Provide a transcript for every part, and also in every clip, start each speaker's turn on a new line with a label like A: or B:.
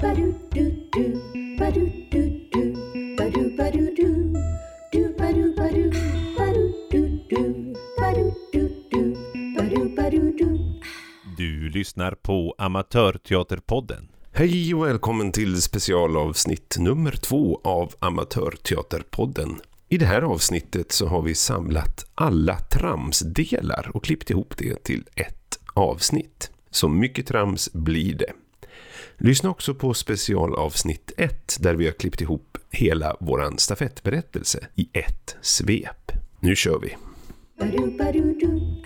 A: Ba-do-do-do, ba-do-do-do, ba-do-ba-do-do, do-ba-do-ba-do, ba-do-do-do, ba-do-do-do, ba-do-ba-do-do.
B: Du lyssnar på Amatörteaterpodden.
C: Hej och välkommen till specialavsnitt nummer två av Amatörteaterpodden. I det här avsnittet så har vi samlat alla tramsdelar och klippt ihop det till ett avsnitt. Så mycket trams blir det. Lyssna också på specialavsnitt 1 där vi har klippt ihop hela våran stafettberättelse i ett svep. Nu kör vi!
A: Ba-do-ba-do-do.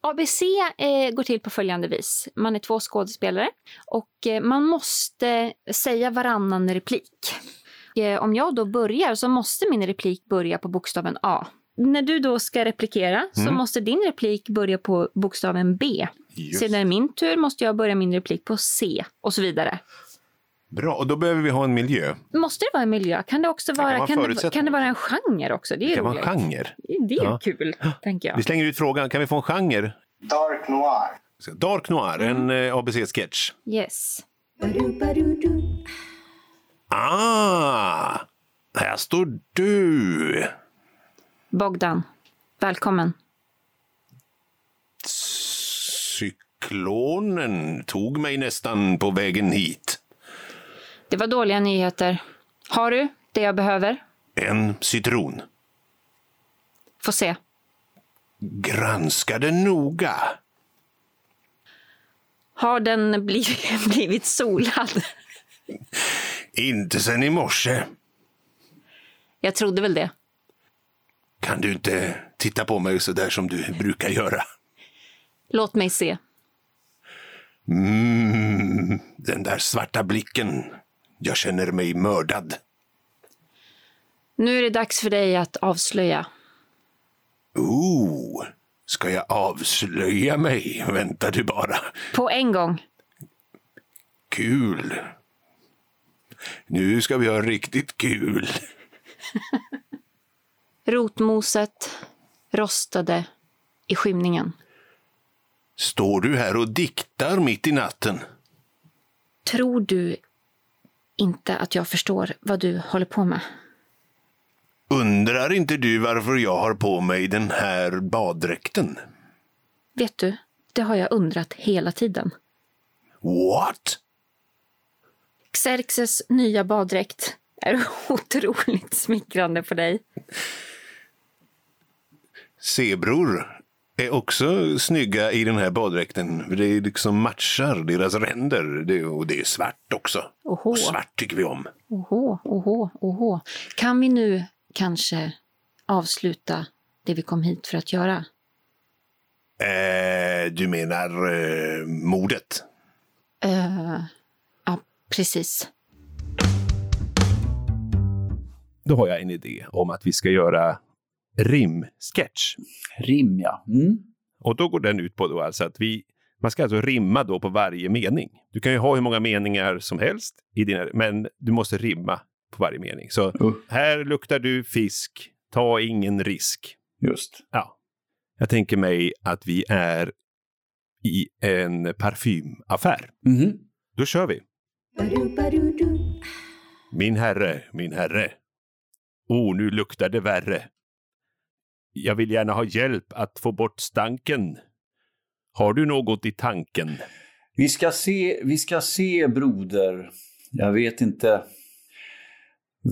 D: ABC eh, går till på följande vis. Man är två skådespelare och eh, man måste säga varannan replik. Eh, om jag då börjar så måste min replik börja på bokstaven A. När du då ska replikera så
E: Mm.
D: måste din replik börja på bokstaven B. Sedan är det min tur måste jag börja min replik på C och så vidare.
E: Bra, och då behöver vi ha en miljö.
D: Måste det vara en miljö? Kan det också vara,
E: kan vara
D: kan det,
E: förutsättning.
D: kan det vara en genre också? Det är
E: Det kan vara en
D: roligt.
E: genre.
D: Det är
E: Ja.
D: kul, tänker jag.
E: Vi slänger ut frågan, kan vi få en genre?
F: Dark noir.
E: Dark noir,
D: Mm.
E: en eh, ABC-sketch.
D: Yes.
A: Ba-do-ba-do-do.
E: Ah! Här står du!
D: Bogdan, välkommen.
E: Cyklonen tog mig nästan på vägen hit.
D: Det var dåliga nyheter. Har du det jag behöver?
E: En citron.
D: Få se.
E: Granskade noga.
D: Har den blivit, blivit solad?
E: Inte sen i morse.
D: Jag trodde väl det.
E: Kan du inte titta på mig så där som du brukar göra?
D: Låt mig se.
E: Mm, den där svarta blicken. Jag känner mig mördad.
D: Nu är det dags för dig att avslöja.
E: Ooh, ska jag avslöja mig? Vänta du bara.
D: På en gång.
E: Kul. Nu ska vi ha riktigt kul.
D: Rotmoset rostade i skymningen.
E: Står du här och diktar mitt i natten?
D: Tror du inte att jag förstår vad du håller på med?
E: Undrar inte du varför jag har på mig den här baddräkten?
D: Vet du, det har jag undrat hela tiden.
E: What?
D: Xerxes nya baddräkt är otroligt smickrande för dig.
E: Zebror är också snygga i den här baddräkten. för Det liksom matchar deras ränder. Det, och det är svart också.
D: Oho.
E: Och svart tycker vi om.
D: Oho, oho, oho. Kan vi nu kanske avsluta det vi kom hit för att göra?
E: Eh, du menar eh, mordet?
D: Eh, ja, precis.
C: Då har jag en idé om att vi ska göra
E: rimsketch.
G: Rim, ja. Mm.
C: Och då går den ut på då alltså att vi, man ska alltså rimma då på varje mening. Du kan ju ha hur många meningar som helst, i dina, men du måste rimma på varje mening. Så
G: Uh.
C: här luktar du fisk, ta ingen risk.
G: Just.
C: Ja. Jag tänker mig att vi är i en parfymaffär.
G: Mhm.
C: Då kör vi.
A: Ba-do-ba-do-do.
C: Min herre, min herre. Oh, nu luktar det värre. Jag vill gärna ha hjälp att få bort stanken. Har du något i tanken?
G: Vi, ska se, vi ska se, broder. Jag vet inte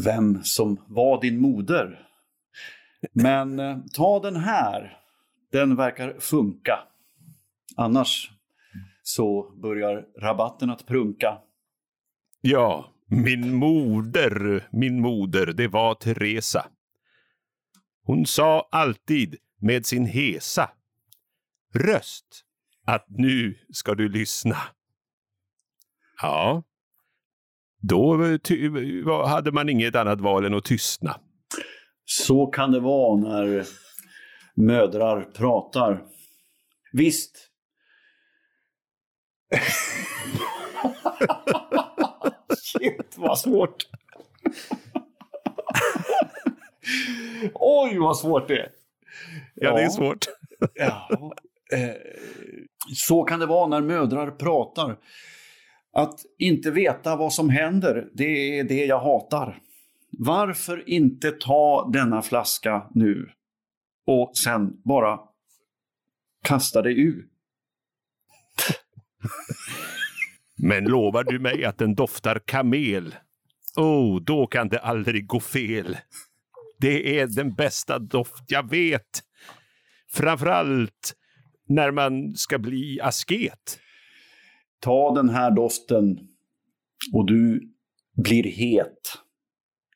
G: vem som var din moder. Men eh, ta den här. Den verkar funka. Annars så börjar rabatten att prunka.
C: Ja, min moder, min moder, det var Teresa. Hon sa alltid med sin hesa röst att nu ska du lyssna. Ja, då eh, ty- var- hade man inget annat val än att tystna.
G: Så kan det vara när mödrar pratar. Visst. Shit, vad svårt. Oj, vad svårt det är.
C: Ja, det är svårt.
G: Ja. Eh, Så kan det vara när mödrar pratar. Att inte veta vad som händer, det är det jag hatar. Varför inte ta denna flaska nu och sen bara kasta dig ut?
H: Men lovar du mig att den doftar kamel? Oh, då kan det aldrig gå fel. Det är den bästa doft jag vet. Framförallt när man ska bli asket.
G: Ta den här doften och du blir het.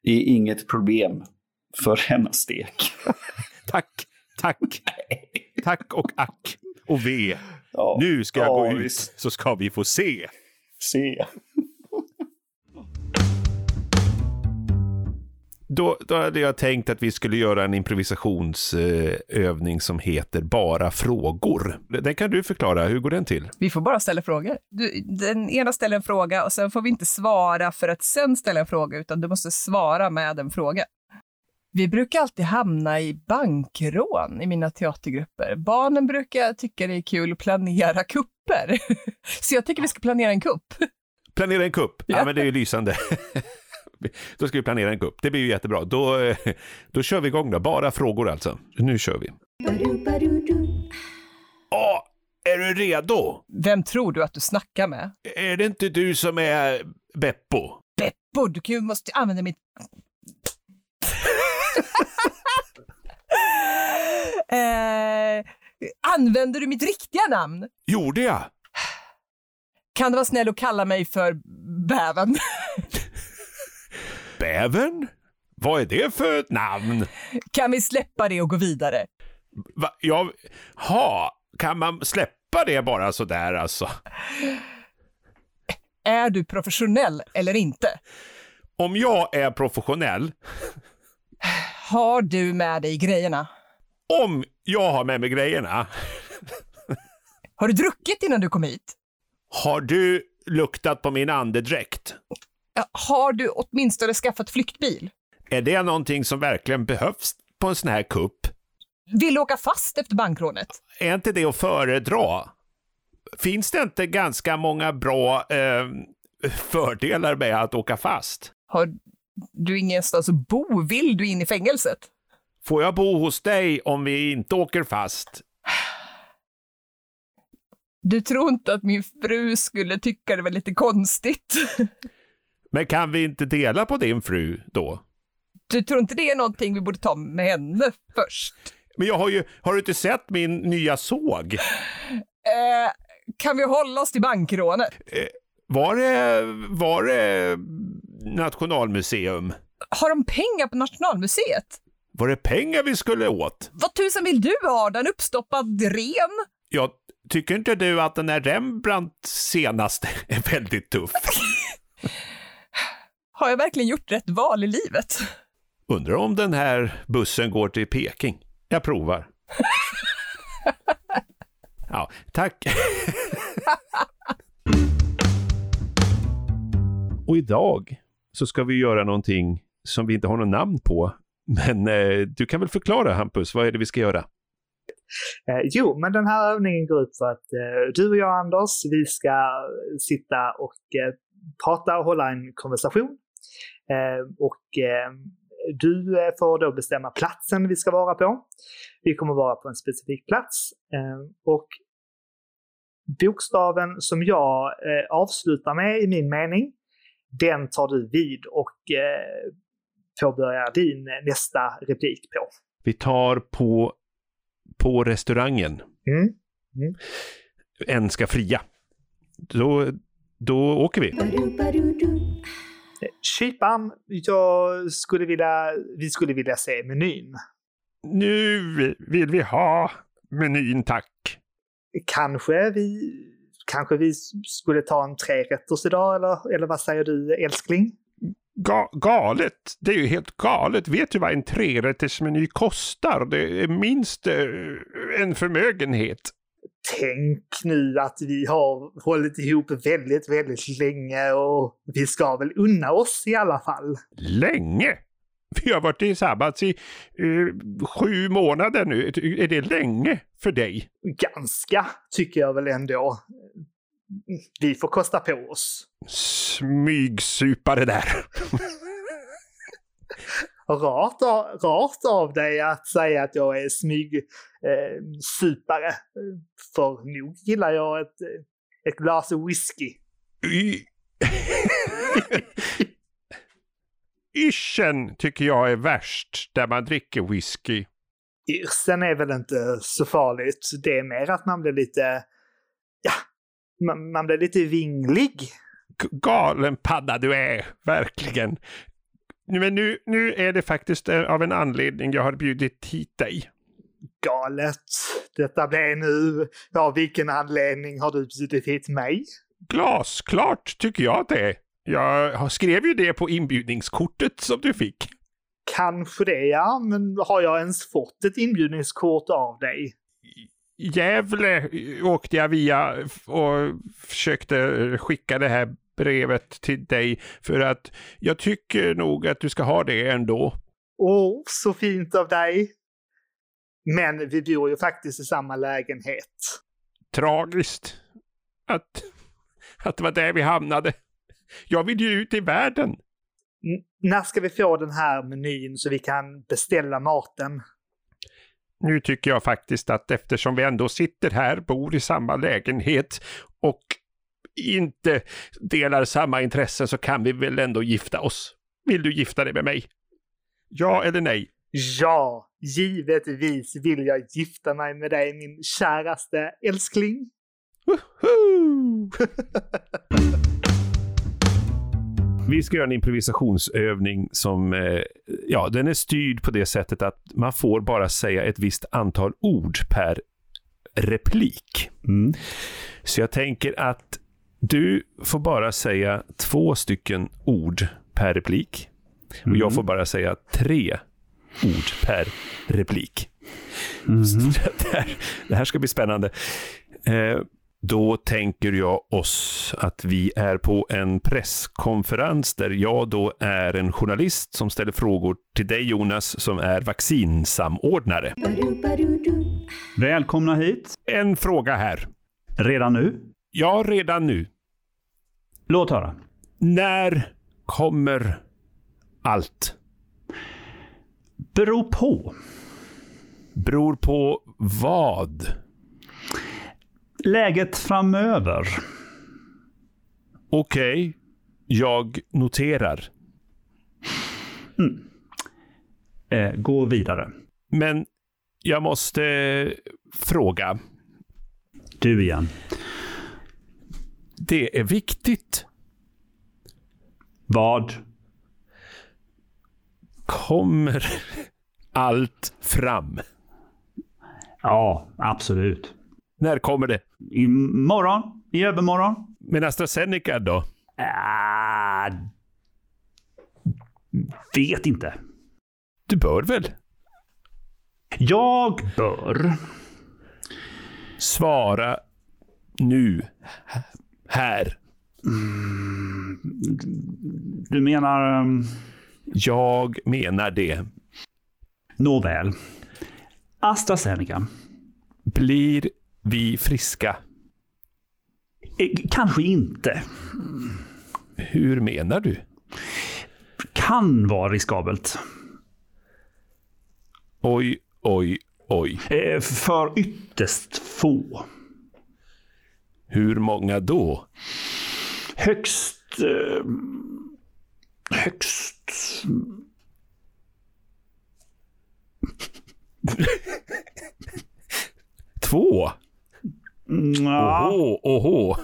G: Det är inget problem för hennes stek.
H: Tack, tack, tack och ack och ve.
G: Ja.
H: Nu ska jag
G: Ja,
H: gå ut
G: visst.
H: så ska vi få se.
G: Se.
C: Då, då hade jag tänkt att vi skulle göra en improvisationsövning som heter Bara frågor. Den kan du förklara, hur går den till?
I: Vi får bara ställa frågor. Du, den ena ställer en fråga och sen får vi inte svara för att sen ställa en fråga, utan du måste svara med en fråga. Vi brukar alltid hamna i bankrån i mina teatergrupper. Barnen brukar tycka det är kul att planera kupper. Så jag tycker vi ska planera en kupp.
C: Planera en kupp. Ja, men det är ju lysande. då ska vi planera en kupp. Det blir ju jättebra. Då, eh, då kör vi igång då. Bara frågor alltså. Nu kör vi. Ja, är du redo?
I: Vem tror du att du snackar med?
C: Är det inte du som är Beppo?
I: Beppo, du kan ju måste använda mitt... eh, använder du mitt riktiga namn?
C: Gjorde jag?
I: Kan du vara snäll och kalla mig för Bäven?
C: Bävern? Vad är det för ett namn?
I: Kan vi släppa det och gå vidare?
C: Va? Jag... Ha, kan man släppa det bara sådär alltså?
I: Är du professionell eller inte?
C: Om jag är professionell,
I: Har du med dig grejerna?
C: om jag har med mig grejerna,
I: Har du druckit innan du kom hit?
C: har du luktat på min andedräkt?
I: Eh, Har du åtminstone skaffat flyktbil?
C: Är det någonting som verkligen behövs på en sån här kupp?
I: Vill du åka fast efter bankrånet?
C: Är inte det att föredra? Finns det inte ganska många bra eh, fördelar med att åka fast?
I: Har du ingenstans att bo? Vill du in i fängelset?
C: Får jag bo hos dig om vi inte åker fast?
I: Du tror inte att min fru skulle tycka det var lite konstigt?
C: Men kan vi inte dela på din fru då?
I: Du tror inte det är någonting vi borde ta med henne först?
C: Men jag har ju, har du inte sett min nya såg?
I: Eh, kan vi hålla oss till bankrånet?
C: Eh, Var det, var det Nationalmuseum?
I: Har de pengar på Nationalmuseet?
C: Var det pengar vi skulle åt?
I: Vad tusan vill du ha? Den uppstoppad ren?
C: Jag tycker inte du att den här Rembrandt senaste är väldigt tuff?
I: Har jag verkligen gjort rätt val i livet?
C: Undrar om den här bussen går till Peking? Jag provar. Ja, tack. Och idag så ska vi göra någonting som vi inte har något namn på. Men eh, du kan väl förklara Hampus, vad är det vi ska göra?
J: Eh, jo, men den här övningen går ut på att eh, du och jag, Anders, vi ska sitta och eh, prata och hålla en konversation. Eh, och eh, du eh, får då bestämma platsen vi ska vara på. Vi kommer vara på en specifik plats. Eh, och bokstaven som jag eh, avslutar med i min mening, den tar du vid och eh, påbörjar din eh, nästa replik på.
C: Vi tar på, på restaurangen.
J: Mm.
C: En ska fria. Då, då åker vi.
J: Kyparen, jag skulle vilja, vi skulle vilja se menyn.
H: Nu vill vi ha menyn, tack.
J: Kanske vi, kanske vi skulle ta en trerätters idag, eller, eller vad säger du älskling?
H: Ga- galet! Det är ju helt galet. Vet du vad en trerättersmeny kostar? Det är minst eh, en förmögenhet.
J: Tänk nu att vi har hållit ihop väldigt, väldigt länge och vi ska väl unna oss i alla fall.
H: Länge! Vi har varit tillsammans i eh, sju månader nu. Är det länge för dig?
J: Ganska, tycker jag väl ändå. vi får kosta på oss.
C: Smygsupare där.
J: Rart, av- rart av dig att säga att jag är smygsupare. Eh, supare. för nog gillar jag ett, eh, ett glas whisky.
C: Y- Ischen tycker jag är värst, där man dricker whisky.
J: Yrsen är väl inte så farligt. Det är mer att man blir lite... Ja, man, man blir lite vinglig.
C: G- galen padda du är, verkligen. Nu- Men nu, nu är det faktiskt eh, av en anledning jag har bjudit hit dig.
J: Galet. Detta blev nu... Ja, vilken anledning har du bjudit hit mig?
C: Glasklart tycker jag att det är. Jag har- skrev ju det på inbjudningskortet som du fick.
J: Kanske det, ja. Men har jag ens fått ett inbjudningskort av dig?
C: Gävle eh, åkte jag via f- och försökte eh, skicka det här brevet till dig för att jag tycker nog att du ska ha det ändå.
J: Åh, så fint av dig. Men vi bor ju faktiskt i samma lägenhet.
C: Tragiskt att, att det var där vi hamnade. Jag vill ju ut i världen.
J: N- när ska vi få den här menyn så vi kan beställa maten?
C: Nu tycker jag faktiskt att eftersom vi ändå sitter här, bor i samma lägenhet och inte delar samma intressen så kan vi väl ändå gifta oss. Vill du gifta dig med mig? Ja eller nej?
J: Ja, givetvis vill jag gifta mig med dig, min käraste älskling.
C: Woohoo!
K: Vi ska göra en improvisationsövning som, eh, ja, den är styrd på det sättet att man får bara säga ett visst antal ord per replik.
G: Mm.
K: Så jag tänker att du får bara säga två stycken ord per replik. Och jag får bara säga tre ord per replik. Mm-hmm. Så Det, här, det här ska bli spännande. Eh, då tänker jag oss att vi är på en presskonferens där jag då är en journalist som ställer frågor till dig Jonas som är vaccinsamordnare.
G: Välkomna hit,
K: En fråga här.
G: redan nu.
K: Ja, redan nu.
G: Låt höra.
K: När kommer allt?
G: Beror på.
K: Beror på vad?
G: Läget framöver.
K: Okej, jag noterar.
G: Eh, gå vidare.
K: Men jag måste eh, fråga.
G: Du igen.
K: Det är viktigt.
G: Vad?
K: Kommer allt fram?
G: Ja, absolut.
K: När kommer det?
G: Imorgon? I övermorgon?
K: Men AstraZeneca då?
G: Ah, vet inte.
K: Du bör väl?
G: Jag bör.
K: Svara nu. H- Här.
G: Mm. Du menar... ehm,
K: Jag menar det.
G: Nåväl. AstraZeneca.
K: Blir vi friska?
G: Eh, Kanske inte.
K: Hur menar du?
G: Kan vara riskabelt.
K: Oj, oj, oj.
G: Eh, För ytterst få.
K: Hur många då?
G: Högst... Eh, högst...
K: Två?
G: Nja,
K: Åhå, åhå.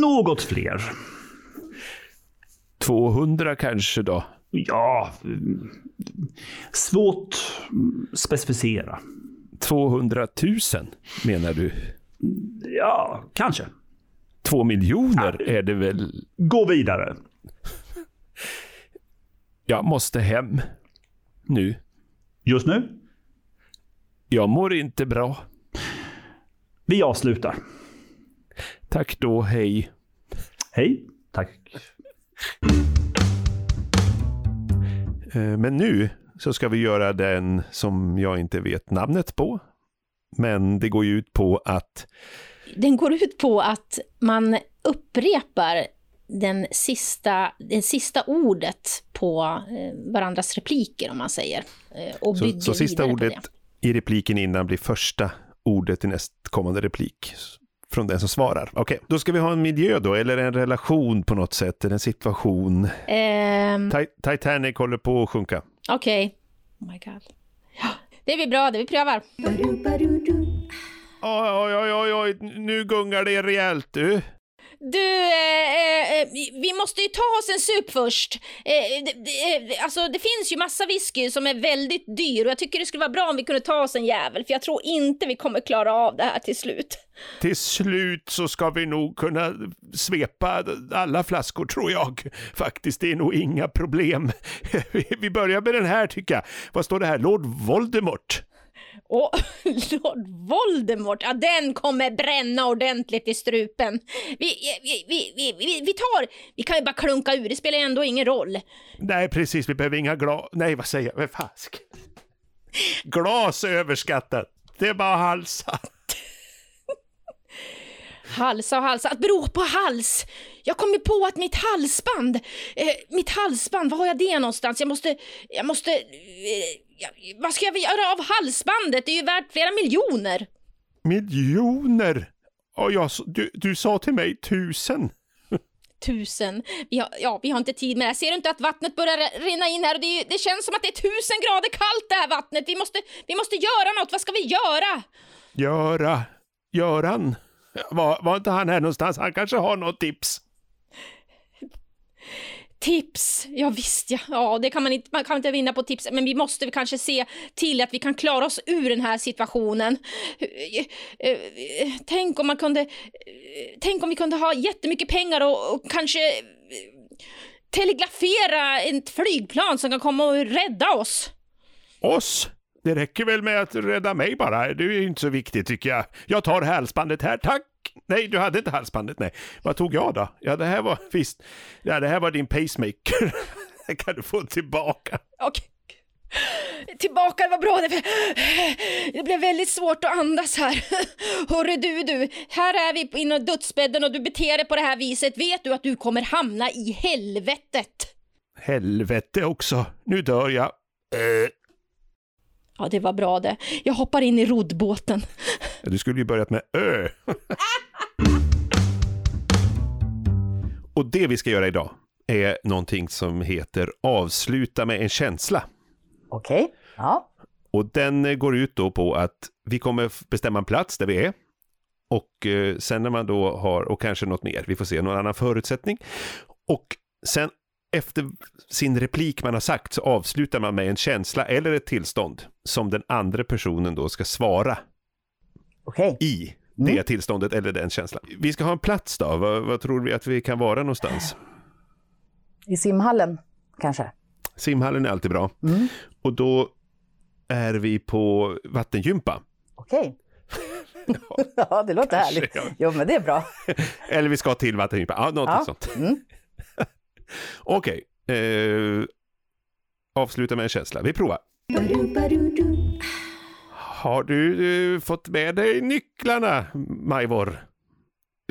G: något fler.
K: 200 kanske då?
G: Ja... mm, Svårt mm, specificera.
K: 200 000 menar du?
G: Ja, kanske.
K: Två miljoner är det väl?
G: Gå vidare.
K: Jag måste hem. Nu.
G: Just nu,
K: Jag mår inte bra.
G: vi avslutar.
K: Tack då, hej.
G: Hej. Tack.
K: Eh, Men nu så ska vi göra den som jag inte vet namnet på.
C: Men det går ju ut på att
L: Den går ut på att man upprepar den sista, det sista ordet på eh, varandras repliker, om man säger. eh, Och
C: så,
L: bygger
C: så sista
L: vidare på
C: ordet i repliken innan blir första ordet i nästkommande replik från den som svarar. Okej, då ska vi ha en miljö då, eller en relation på något sätt, eller en situation.
L: det. Ehm,
C: Ti- Titanic håller på att sjunka.
L: Okej. Oh my god. Ja, det blir bra det, vi prövar.
C: Oj, oj, oj, oj, nu gungar det rejält du.
L: Du, eh, eh, eh, vi måste ju ta oss en sup först. Eh, det, det, eh, alltså, det finns ju massa whisky som är väldigt dyr och jag tycker det skulle vara bra om vi kunde ta oss en jävel för jag tror inte vi kommer klara av det här till slut.
C: Till slut så ska vi nog kunna svepa alla flaskor tror jag. Faktiskt, det är nog inga problem. Vi- Vi börjar med den här tycker jag. Vad står det här? Lord Voldemort.
L: Åh, Lord Voldemort, ja, den kommer bränna ordentligt i strupen. Vi, vi, vi, vi, vi, vi tar, vi kan ju bara klunka ur, det spelar ju ändå ingen roll.
C: Nej, precis, vi behöver inga glas. Nej, vad säger jag? Vad Fask. Glas är överskattat. Det är bara halsar.
L: Halsa och halsa, att bero på hals. Jag kom ju på att mitt halsband, eh, mitt halsband, var har jag det någonstans? Jag måste, jag måste, eh, jag, vad ska jag göra av halsbandet? Det är ju värt flera miljoner.
C: Miljoner. Och jag, s- du, du sa till mig tusen.
L: Tusen. Vi har, ja, vi har inte tid med det här. Ser du inte att vattnet börjar rinna in här? Och det, är, ju- det känns som att det är tusen grader kallt det här vattnet. Vi måste, vi måste göra något. Vad ska vi göra?
C: Göra. Göran. Var, var inte han här någonstans? Han kanske har något tips.
L: Tips! Ja visst ja, ja det kan man, inte, man kan inte vinna på tips, men vi måste kanske se till att vi kan klara oss ur den här situationen. Eh, eh, eh, Tänk om man kunde, eh, tänk om vi kunde ha jättemycket pengar och, och kanske eh, telegrafera ett flygplan som kan komma och rädda oss.
C: Oss? Det räcker väl med att rädda mig bara? Det är ju inte så viktigt tycker jag. Jag tar halsbandet här, tack! Nej, du hade inte halsbandet, nej. Vad tog jag då? Ja, det här var, visst, ja, det här var din pacemaker. Det kan du få tillbaka.
L: Okej. Tillbaka, vad bra det blev. Det blev väldigt svårt att andas här. Hörru du, du. Här är vi inom dödsbädden och du beter dig på det här viset. Vet du att du kommer hamna i helvetet?
C: Helvete också, nu dör jag.
L: Ja, det var bra det. Jag hoppar in i roddbåten.
C: Ja, Du skulle ju börjat med Ö. Och det vi ska göra idag är någonting som heter avsluta med en känsla.
M: Okej. Ja.
C: Och den eh, går ut då på att vi kommer f- bestämma en plats där vi är. Och eh, sen när man då har, och kanske något mer, vi får se, någon annan förutsättning. Och sen efter sin replik man har sagt så avslutar man med en känsla eller ett tillstånd som den andra personen då ska svara
M: Okej.
C: i
M: Mm.
C: det tillståndet eller den känslan. Vi ska ha en plats då, vad, vad tror vi att vi kan vara någonstans?
M: I simhallen, kanske?
C: Simhallen är alltid bra.
M: Mm.
C: Och då är vi på vattengympa.
M: Okej. ja, det låter härligt.
C: ja.
M: Jo, men det är bra.
C: Eller vi ska till vattengympa, ja, någonting
M: Ja.
C: sånt.
M: Mm.
C: Okej. Eh, avsluta med en känsla. Vi provar. Har du eh, fått med dig nycklarna, Majvor?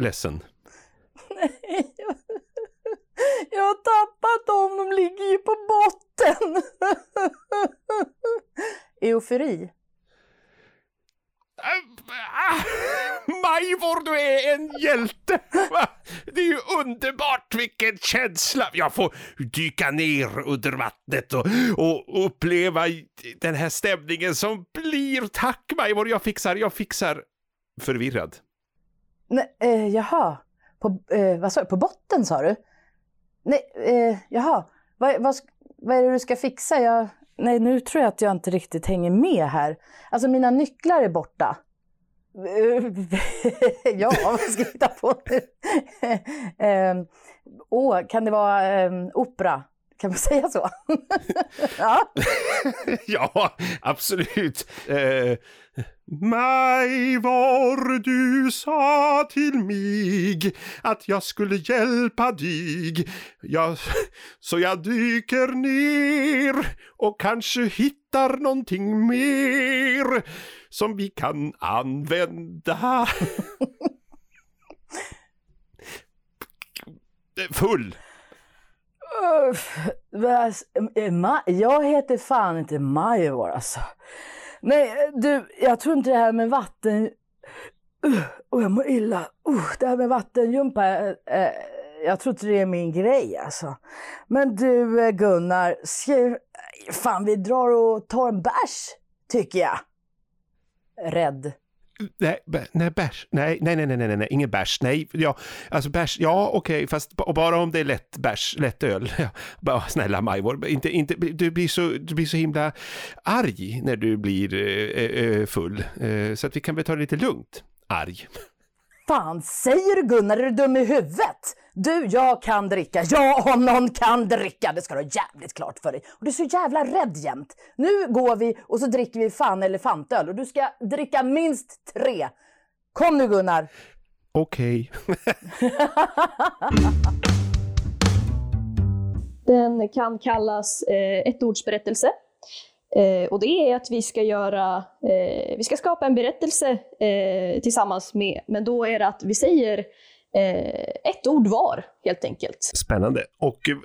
C: Ledsen.
M: Jag har tappat dem, de ligger ju på botten. Eufori.
C: Ah, Majvor, du är en hjälte! Va? Det är ju underbart vilken känsla! Jag får dyka ner under vattnet och, och uppleva den här stämningen som blir. Tack Majvor, jag fixar, jag fixar. Förvirrad.
M: Nej, eh, jaha. På, eh, vad sa du? På botten sa du? Nej, eh, jaha. Vad, vad, sk- vad är det du ska fixa? Jag, nej, nu tror jag att jag inte riktigt hänger med här. Alltså, mina nycklar är borta. Eh, ja, vad ska jag hitta på nu? eh, åh, kan det vara eh, opera? Kan man säga så? ja,
C: Ja, absolut. Eh, Mig var du sa till mig att jag skulle hjälpa dig. Jag, så jag dyker ner och kanske hittar någonting mer som vi kan använda. Full!
M: Uff, väs- eh, Ma- Jag heter fan inte Majvor alltså. Nej, eh, du, jag tror inte det här med vatten... Uh, och jag mår illa. Uh, det här med vattenjumpa, eh, eh, jag tror inte det är min grej alltså. Men du eh, Gunnar, ska, fan vi drar och tar en bärs, tycker jag. Rädd.
C: Nej, bä- nej, bärs. Nej, nej, nej, nej, nej, nej, nej, ingen bärs. Nej, ja, alltså bärs. Ja, okej, fast ba- och bara om det är lätt bärs, lätt öl. Ja, bara, snälla Majvor, inte, inte, du, blir så, du blir så himla arg när du blir eh, eh, full. Eh, så att vi kan väl ta det lite lugnt. Arg.
M: Fan säger du Gunnar, är du dum i huvudet? Du, jag kan dricka. Jag om någon kan dricka. Det ska du ha jävligt klart för dig. Och du är så jävla rädd jämt. Nu går vi och så dricker vi fan elefantöl och du ska dricka minst tre. Kom nu Gunnar.
C: Okej.
N: Den kan kallas eh, ett ordsberättelse. Eh, och det är att vi ska, göra, eh, vi ska skapa en berättelse eh, tillsammans med, men då är det att vi säger eh, ett ord var helt enkelt.
K: Spännande. Och, eh,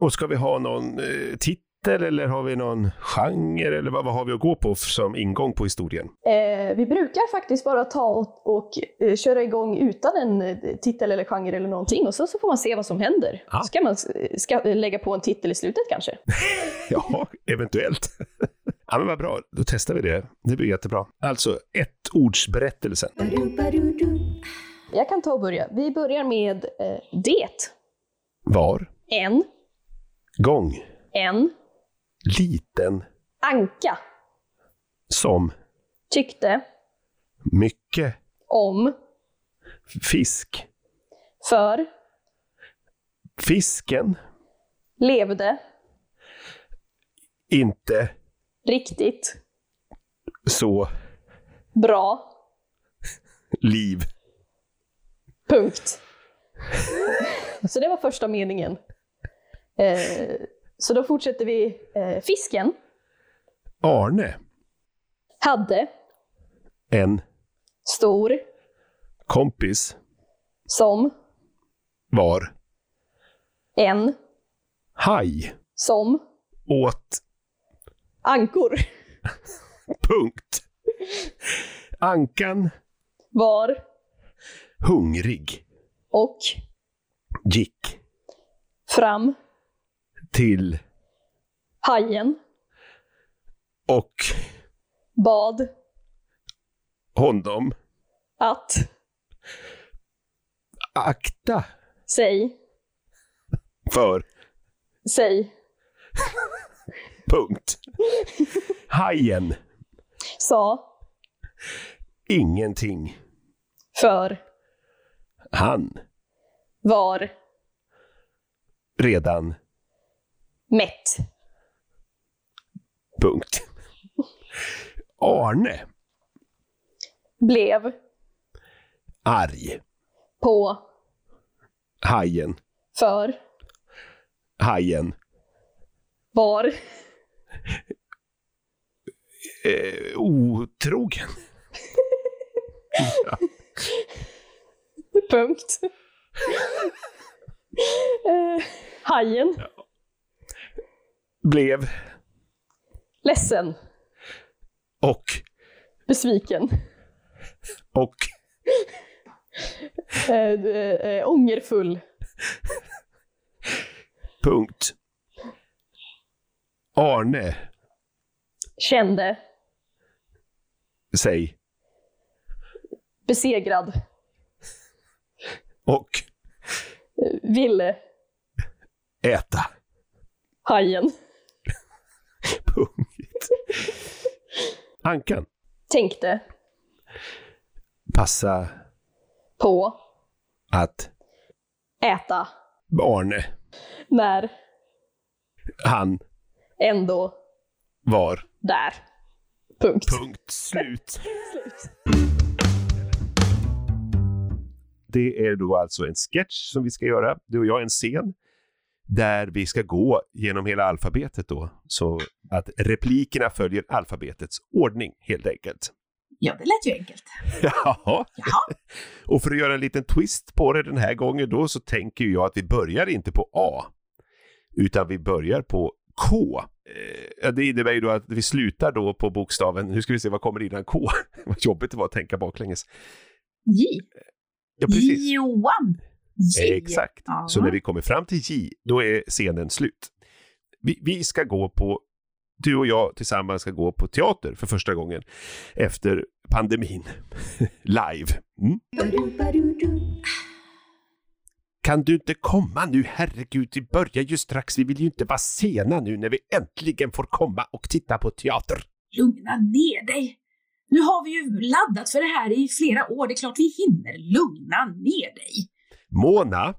K: och ska vi ha någon eh, titel eller har vi någon genre eller vad, vad har vi att gå på f- som ingång på historien?
N: Eh, vi brukar faktiskt bara ta och, och eh, köra igång utan en eh, titel eller genre eller någonting och så, så får man se vad som händer.
K: Ah.
N: Så kan man eh, ska, eh, lägga på en titel i slutet kanske.
K: Ja, eventuellt. ja, men vad bra. Då testar vi det. Det blir jättebra. Alltså, ett ordsberättelsen.
N: Jag kan ta och börja. Vi börjar med eh, det.
K: Var,
N: En,
K: gång,
N: en,
K: liten,
N: anka
K: som,
N: tyckte
K: mycket,
N: om,
K: fisk,
N: för,
K: fisken,
N: levde,
K: inte,
N: riktigt,
K: så,
N: bra,
K: liv.
N: punkt. Så det var första meningen. Eh, så då fortsätter vi. Eh, fisken
K: Arne,
N: hade
K: en
N: stor
K: kompis,
N: som
K: var,
N: en
K: haj,
N: som
K: åt,
N: ankor
K: punkt. Ankan,
N: var
K: hungrig,
N: och
K: gick
N: fram
K: till
N: hajen
K: och
N: bad
K: honom
N: att
K: akta
N: sig,
K: för,
N: sig
K: punkt. Hajen,
N: sa
K: ingenting.
N: för
K: Han,
N: var
K: redan,
N: mätt.
K: punkt. Arne,
N: Blev
K: arg,
N: på
K: hajen,
N: för
K: hajen,
N: var
K: eh, otrogen.
N: punkt. eh, hajen
K: Blev
N: ledsen,
K: och,
N: besviken,
K: och,
N: eh, eh, ångerfull,
K: punkt. Arne,
N: kände,
K: säg,
N: besegrad,
K: och
N: eh, ville,
K: äta,
N: hajen,
K: punkt. Ankan,
N: tänkte
K: passa
N: på
K: att
N: äta
K: Arne,
N: när
K: han
N: ändå
K: var,
N: där. Punkt.
K: Punkt slut.
C: Det är då alltså en sketch som vi ska göra, du och jag, en scen där vi ska gå genom hela alfabetet då, så att replikerna följer alfabetets ordning helt enkelt.
O: Ja, det lät ju enkelt.
C: Jaha. Och för att göra en liten twist på det den här gången då så tänker jag att vi börjar inte på A, utan vi börjar på K. Eh, ja, Det innebär ju då att vi slutar då på bokstaven, nu ska vi se vad kommer innan K. Vad jobbigt det var att tänka baklänges.
O: J.
C: Ja, precis.
O: Johan. J.
C: Exakt.
O: Ja.
C: Så när vi kommer fram till J, då är scenen slut. Vi, vi ska gå på, du och jag tillsammans ska gå på teater för första gången efter pandemin. Live. Mm. Kan du inte komma nu? Herregud, vi börjar ju strax. Vi vill ju inte vara sena nu när vi äntligen får komma och titta på teater.
O: Lugna ner dig. Nu har vi ju laddat för det här i flera år, det är klart vi hinner. Lugna ner dig.
C: Mona,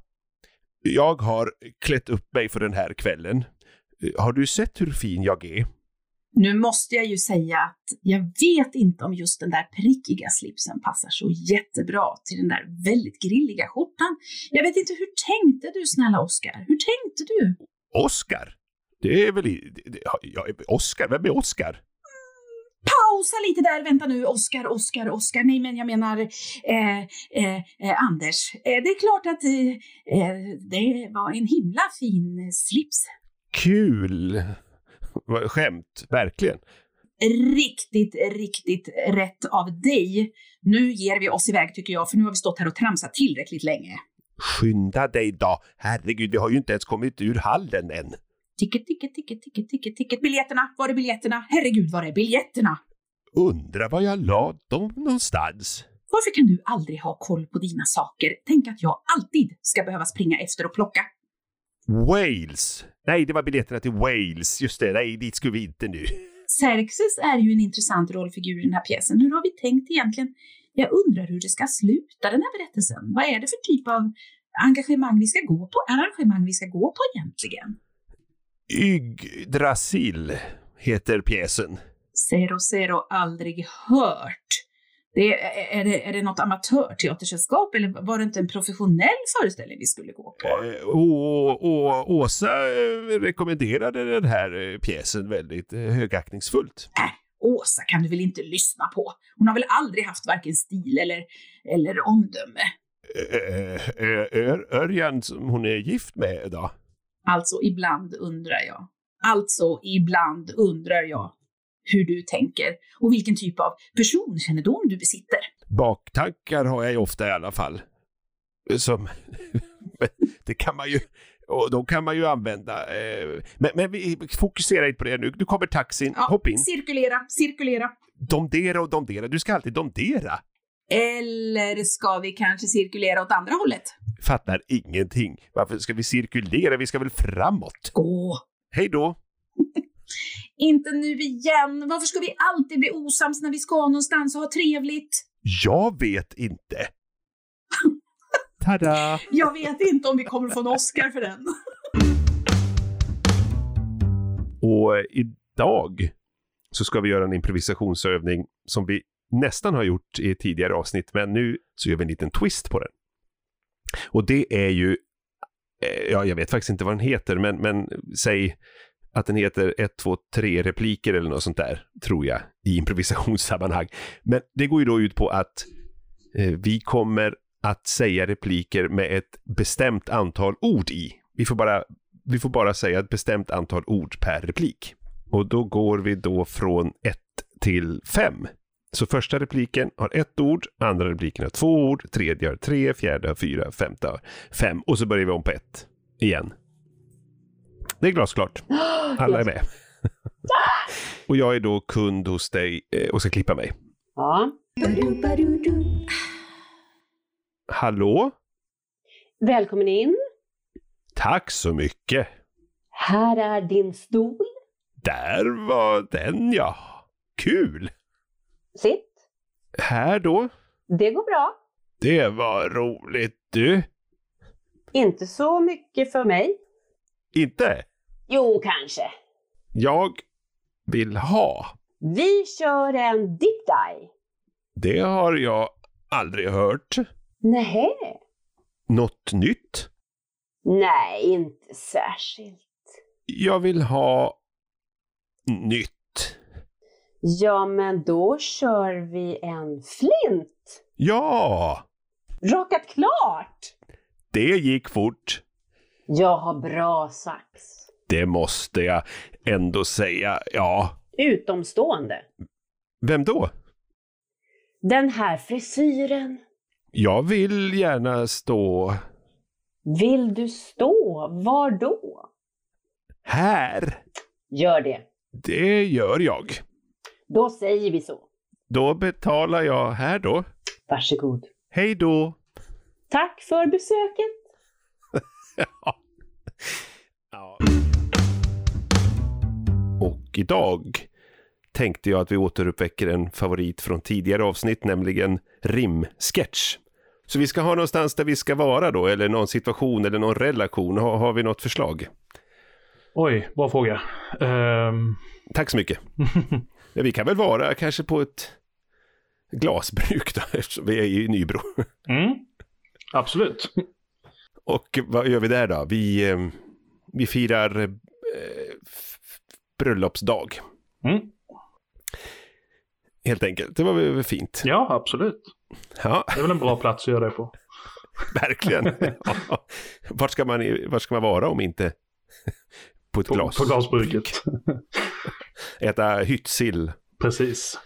C: jag har klätt upp mig för den här kvällen. Har du sett hur fin jag är?
O: Nu måste jag ju säga att jag vet inte om just den där prickiga slipsen passar så jättebra till den där väldigt grilliga skjortan. Jag vet inte, hur tänkte du snälla Oskar? Hur tänkte du?
C: Oscar? Det är väl... i- det- det- Ja, Oscar? Vem är Oscar?
O: Pausa lite där, vänta nu, Oskar, Oskar, Oskar. Nej, men jag menar eh, eh, eh, Anders. Eh, det är klart att eh, eh, det var en himla fin eh, slips.
C: Kul! Vad Skämt, verkligen.
O: Riktigt, riktigt rätt av dig. Nu ger vi oss iväg tycker jag, för nu har vi stått här och tramsat tillräckligt länge.
C: Skynda dig då! Herregud, vi har ju inte ens kommit ur hallen än.
O: Ticket, ticket, ticket, ticket, ticket, ticket. Biljetterna, var är biljetterna? Herregud, var är biljetterna?
C: Undrar var jag la dem någonstans?
O: Varför kan du aldrig ha koll på dina saker? Tänk att jag alltid ska behöva springa efter och plocka.
C: Wales! Nej, det var biljetterna till Wales. Just det, nej, dit skulle vi inte nu.
O: Xerxes är ju en intressant rollfigur i den här pjäsen. Hur har vi tänkt egentligen? Jag undrar hur det ska sluta, den här berättelsen. Vad är det för typ av engagemang vi ska gå på? Arrangemang vi ska gå på egentligen?
C: Yggdrasil heter pjäsen.
O: Zero Zero aldrig hört. Det är, är, det, är det något amatörteatersällskap eller var det inte en professionell föreställning vi skulle gå på?
C: Eh, Och, och Åsa eh, rekommenderade den här eh, pjäsen väldigt eh, högaktningsfullt.
O: Åsa kan du väl inte lyssna på? Hon har väl aldrig haft varken stil eller, eller omdöme?
C: Ö- Ö- Ö- Örjan som hon är gift med då?
O: Alltså, ibland undrar jag. Alltså, ibland undrar jag hur du tänker och vilken typ av personkännedom du besitter.
C: Baktankar har jag ju ofta i alla fall. Som... men det kan man ju... Och de kan man ju använda. eh, Men, men vi fokuserar inte på det nu. Nu kommer taxin.
O: Ja,
C: Hopp in.
O: Cirkulera, cirkulera.
C: Domdera och domdera. Du ska alltid domdera.
O: Eller ska vi kanske cirkulera åt andra hållet?
C: Fattar ingenting. Varför ska vi cirkulera? Vi ska väl framåt?
O: Gå!
C: Hej då!
O: Inte nu igen! Varför ska vi alltid bli osams när vi ska någonstans och ha trevligt?
C: Jag vet inte. Tada!
O: Jag vet inte om vi kommer få en Oscar för den.
C: Och eh, idag så ska vi göra en improvisationsövning som vi nästan har gjort i ett tidigare avsnitt, men nu så gör vi en liten twist på den. Och det är ju, eh, ja, jag vet faktiskt inte vad den heter, men, men säg att den heter 1, 2, 3 repliker eller något sånt där, tror jag, i improvisationssammanhang. Men det går ju då ut på att eh, vi kommer att säga repliker med ett bestämt antal ord i. Vi får bara vi får bara säga ett bestämt antal ord per replik. Och då går vi då från 1 till 5. Så första repliken har ett ord, andra repliken har två ord, tredje har tre, fjärde har fyra, femte har fem. Och så börjar vi om på ett igen. Det är glasklart. Alla är med. Och jag är då kund hos dig eh, och ska klippa mig.
F: Ja.
C: Hallå?
F: Välkommen in.
C: Tack så mycket.
F: Här är din stol.
C: Där var den ja. Kul!
F: Sitt.
C: Här då?
F: Det går bra.
C: Det var roligt du.
F: Inte så mycket för mig.
C: Inte?
F: Jo, kanske.
C: Jag vill ha
F: Vi kör en deep dive.
P: Det har jag aldrig hört.
F: Nej.
P: Något nytt?
F: Nej, inte särskilt.
P: Jag vill ha nytt.
F: Ja, men då kör vi en flint.
P: Ja,
F: Rakat klart!
P: det gick fort.
F: Jag har bra sax.
P: Det måste jag ändå säga. Ja,
F: Utomstående.
P: vem då?
F: Den här frisyren.
P: Jag vill gärna stå
F: Vill du stå? Var då?
P: här.
F: Gör det.
P: Det gör jag.
F: Då säger vi så.
P: Då betalar jag här då.
F: Varsågod.
P: Hej då!
F: Tack för besöket.
C: Och idag tänkte jag att vi återuppväcker en favorit från tidigare avsnitt, nämligen rimsketch. Så vi ska ha någonstans där vi ska vara då, eller någon situation eller någon relation. Har, har vi något förslag?
K: Oj, bra fråga. Ehm,
C: Tack så mycket. ja, vi kan väl vara kanske på ett glasbruk då, eftersom vi är i Nybro.
K: mm, absolut.
C: Och vad gör vi där då? Vi, eh, vi firar eh, f- f- bröllopsdag.
K: Mm.
C: Helt enkelt. Det var väl fint.
K: Ja, absolut.
C: Ja,
K: Det är väl en bra plats att göra det på.
C: verkligen. Ja. vart, ska man, i- vart ska man vara om inte på ett
K: På,
C: glas?
K: på glasbruket.
C: Äta hyttsill.
K: Precis.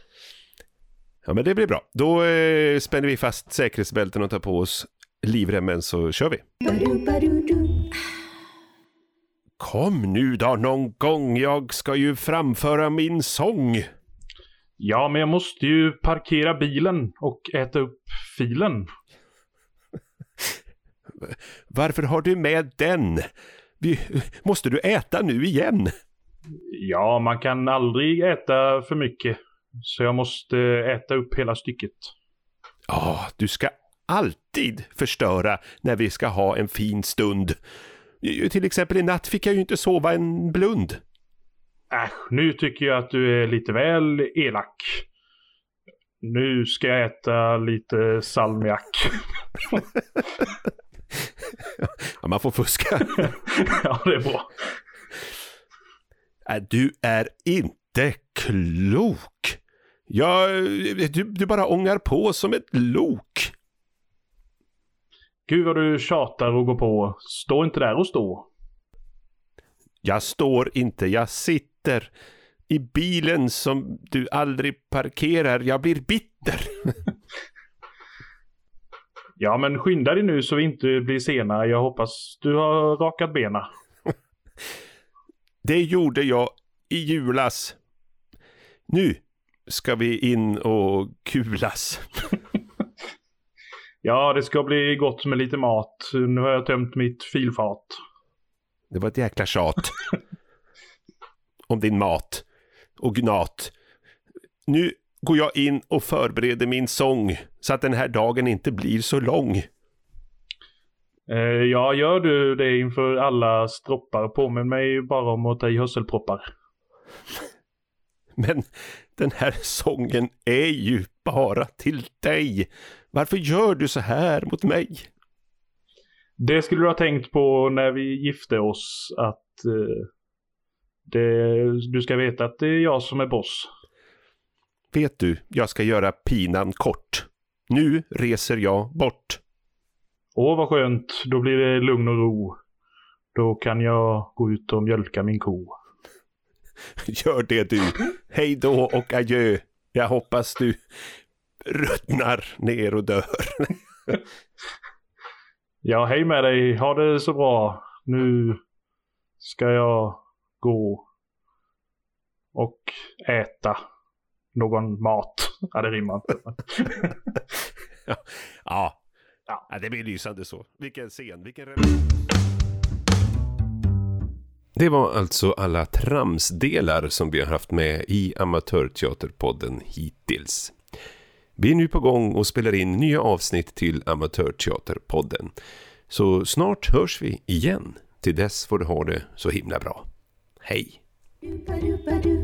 C: Ja, men det blir bra. Då eh, spänner vi fast säkerhetsbälten och tar på oss livremmen så kör vi. Kom nu då någon gång. Jag ska ju framföra min sång.
K: Ja, men jag måste ju parkera bilen och äta upp filen.
C: Varför har du med den? Vi, måste du äta nu igen?
K: Ja, man kan aldrig äta för mycket. Så jag måste äta upp hela stycket.
C: Ja, du ska alltid förstöra när vi ska ha en fin stund. Ju- Till exempel i natt fick jag ju inte sova en blund.
K: Äsch, nu tycker jag att du är lite väl elak. Nu ska jag äta lite salmiak.
C: Ja, man får fuska.
K: ja, det är bra.
C: Nej, Äh, Du är inte klok. Jag, du, du bara ångar på som ett lok.
K: Gud vad du tjatar och går på. Stå inte där och stå.
C: Jag står inte, jag sitter i bilen som du aldrig parkerar. Jag blir bitter.
K: Ja, men skynda dig nu så vi inte blir sena. Jag hoppas du har rakat benen.
C: Det gjorde jag i julas. Nu ska vi in och kulas.
K: Ja, det ska bli gott med lite mat. Nu har jag tömt mitt filfat.
C: Det var ett jäkla tjat. Om din mat och gnat. Nu går jag in och förbereder min sång så att den här dagen inte blir så lång.
K: Eh, ja, gör du det inför alla stroppar. Påminn mig bara om att ta i hörselproppar.
C: Men den här sången är ju bara till dig. Varför gör du så här mot mig?
K: Det skulle du ha tänkt på när vi gifte oss. Att eh, det, du ska veta att det är jag som är boss.
C: Vet du, jag ska göra pinan kort. Nu reser jag bort.
K: Åh, vad skönt. Då blir det lugn och ro. Då kan jag gå ut och mjölka min ko.
C: Gör det du. Hej då och adjö. Jag hoppas du ruttnar ner och dör.
K: Ja, hej med dig. Ha det så bra. Nu ska jag gå och äta någon mat. Ja, det rimmar inte.
C: Ja.
K: Ja.
C: ja, det blir lysande så. Vilken scen, vilken re- Det var alltså alla tramsdelar som vi har haft med i Amatörteaterpodden hittills. Vi är nu på gång och spelar in nya avsnitt till Amatörteaterpodden. Så snart hörs vi igen. Till dess får du ha det så himla bra. Hej!
A: Do-ba-do-ba-do,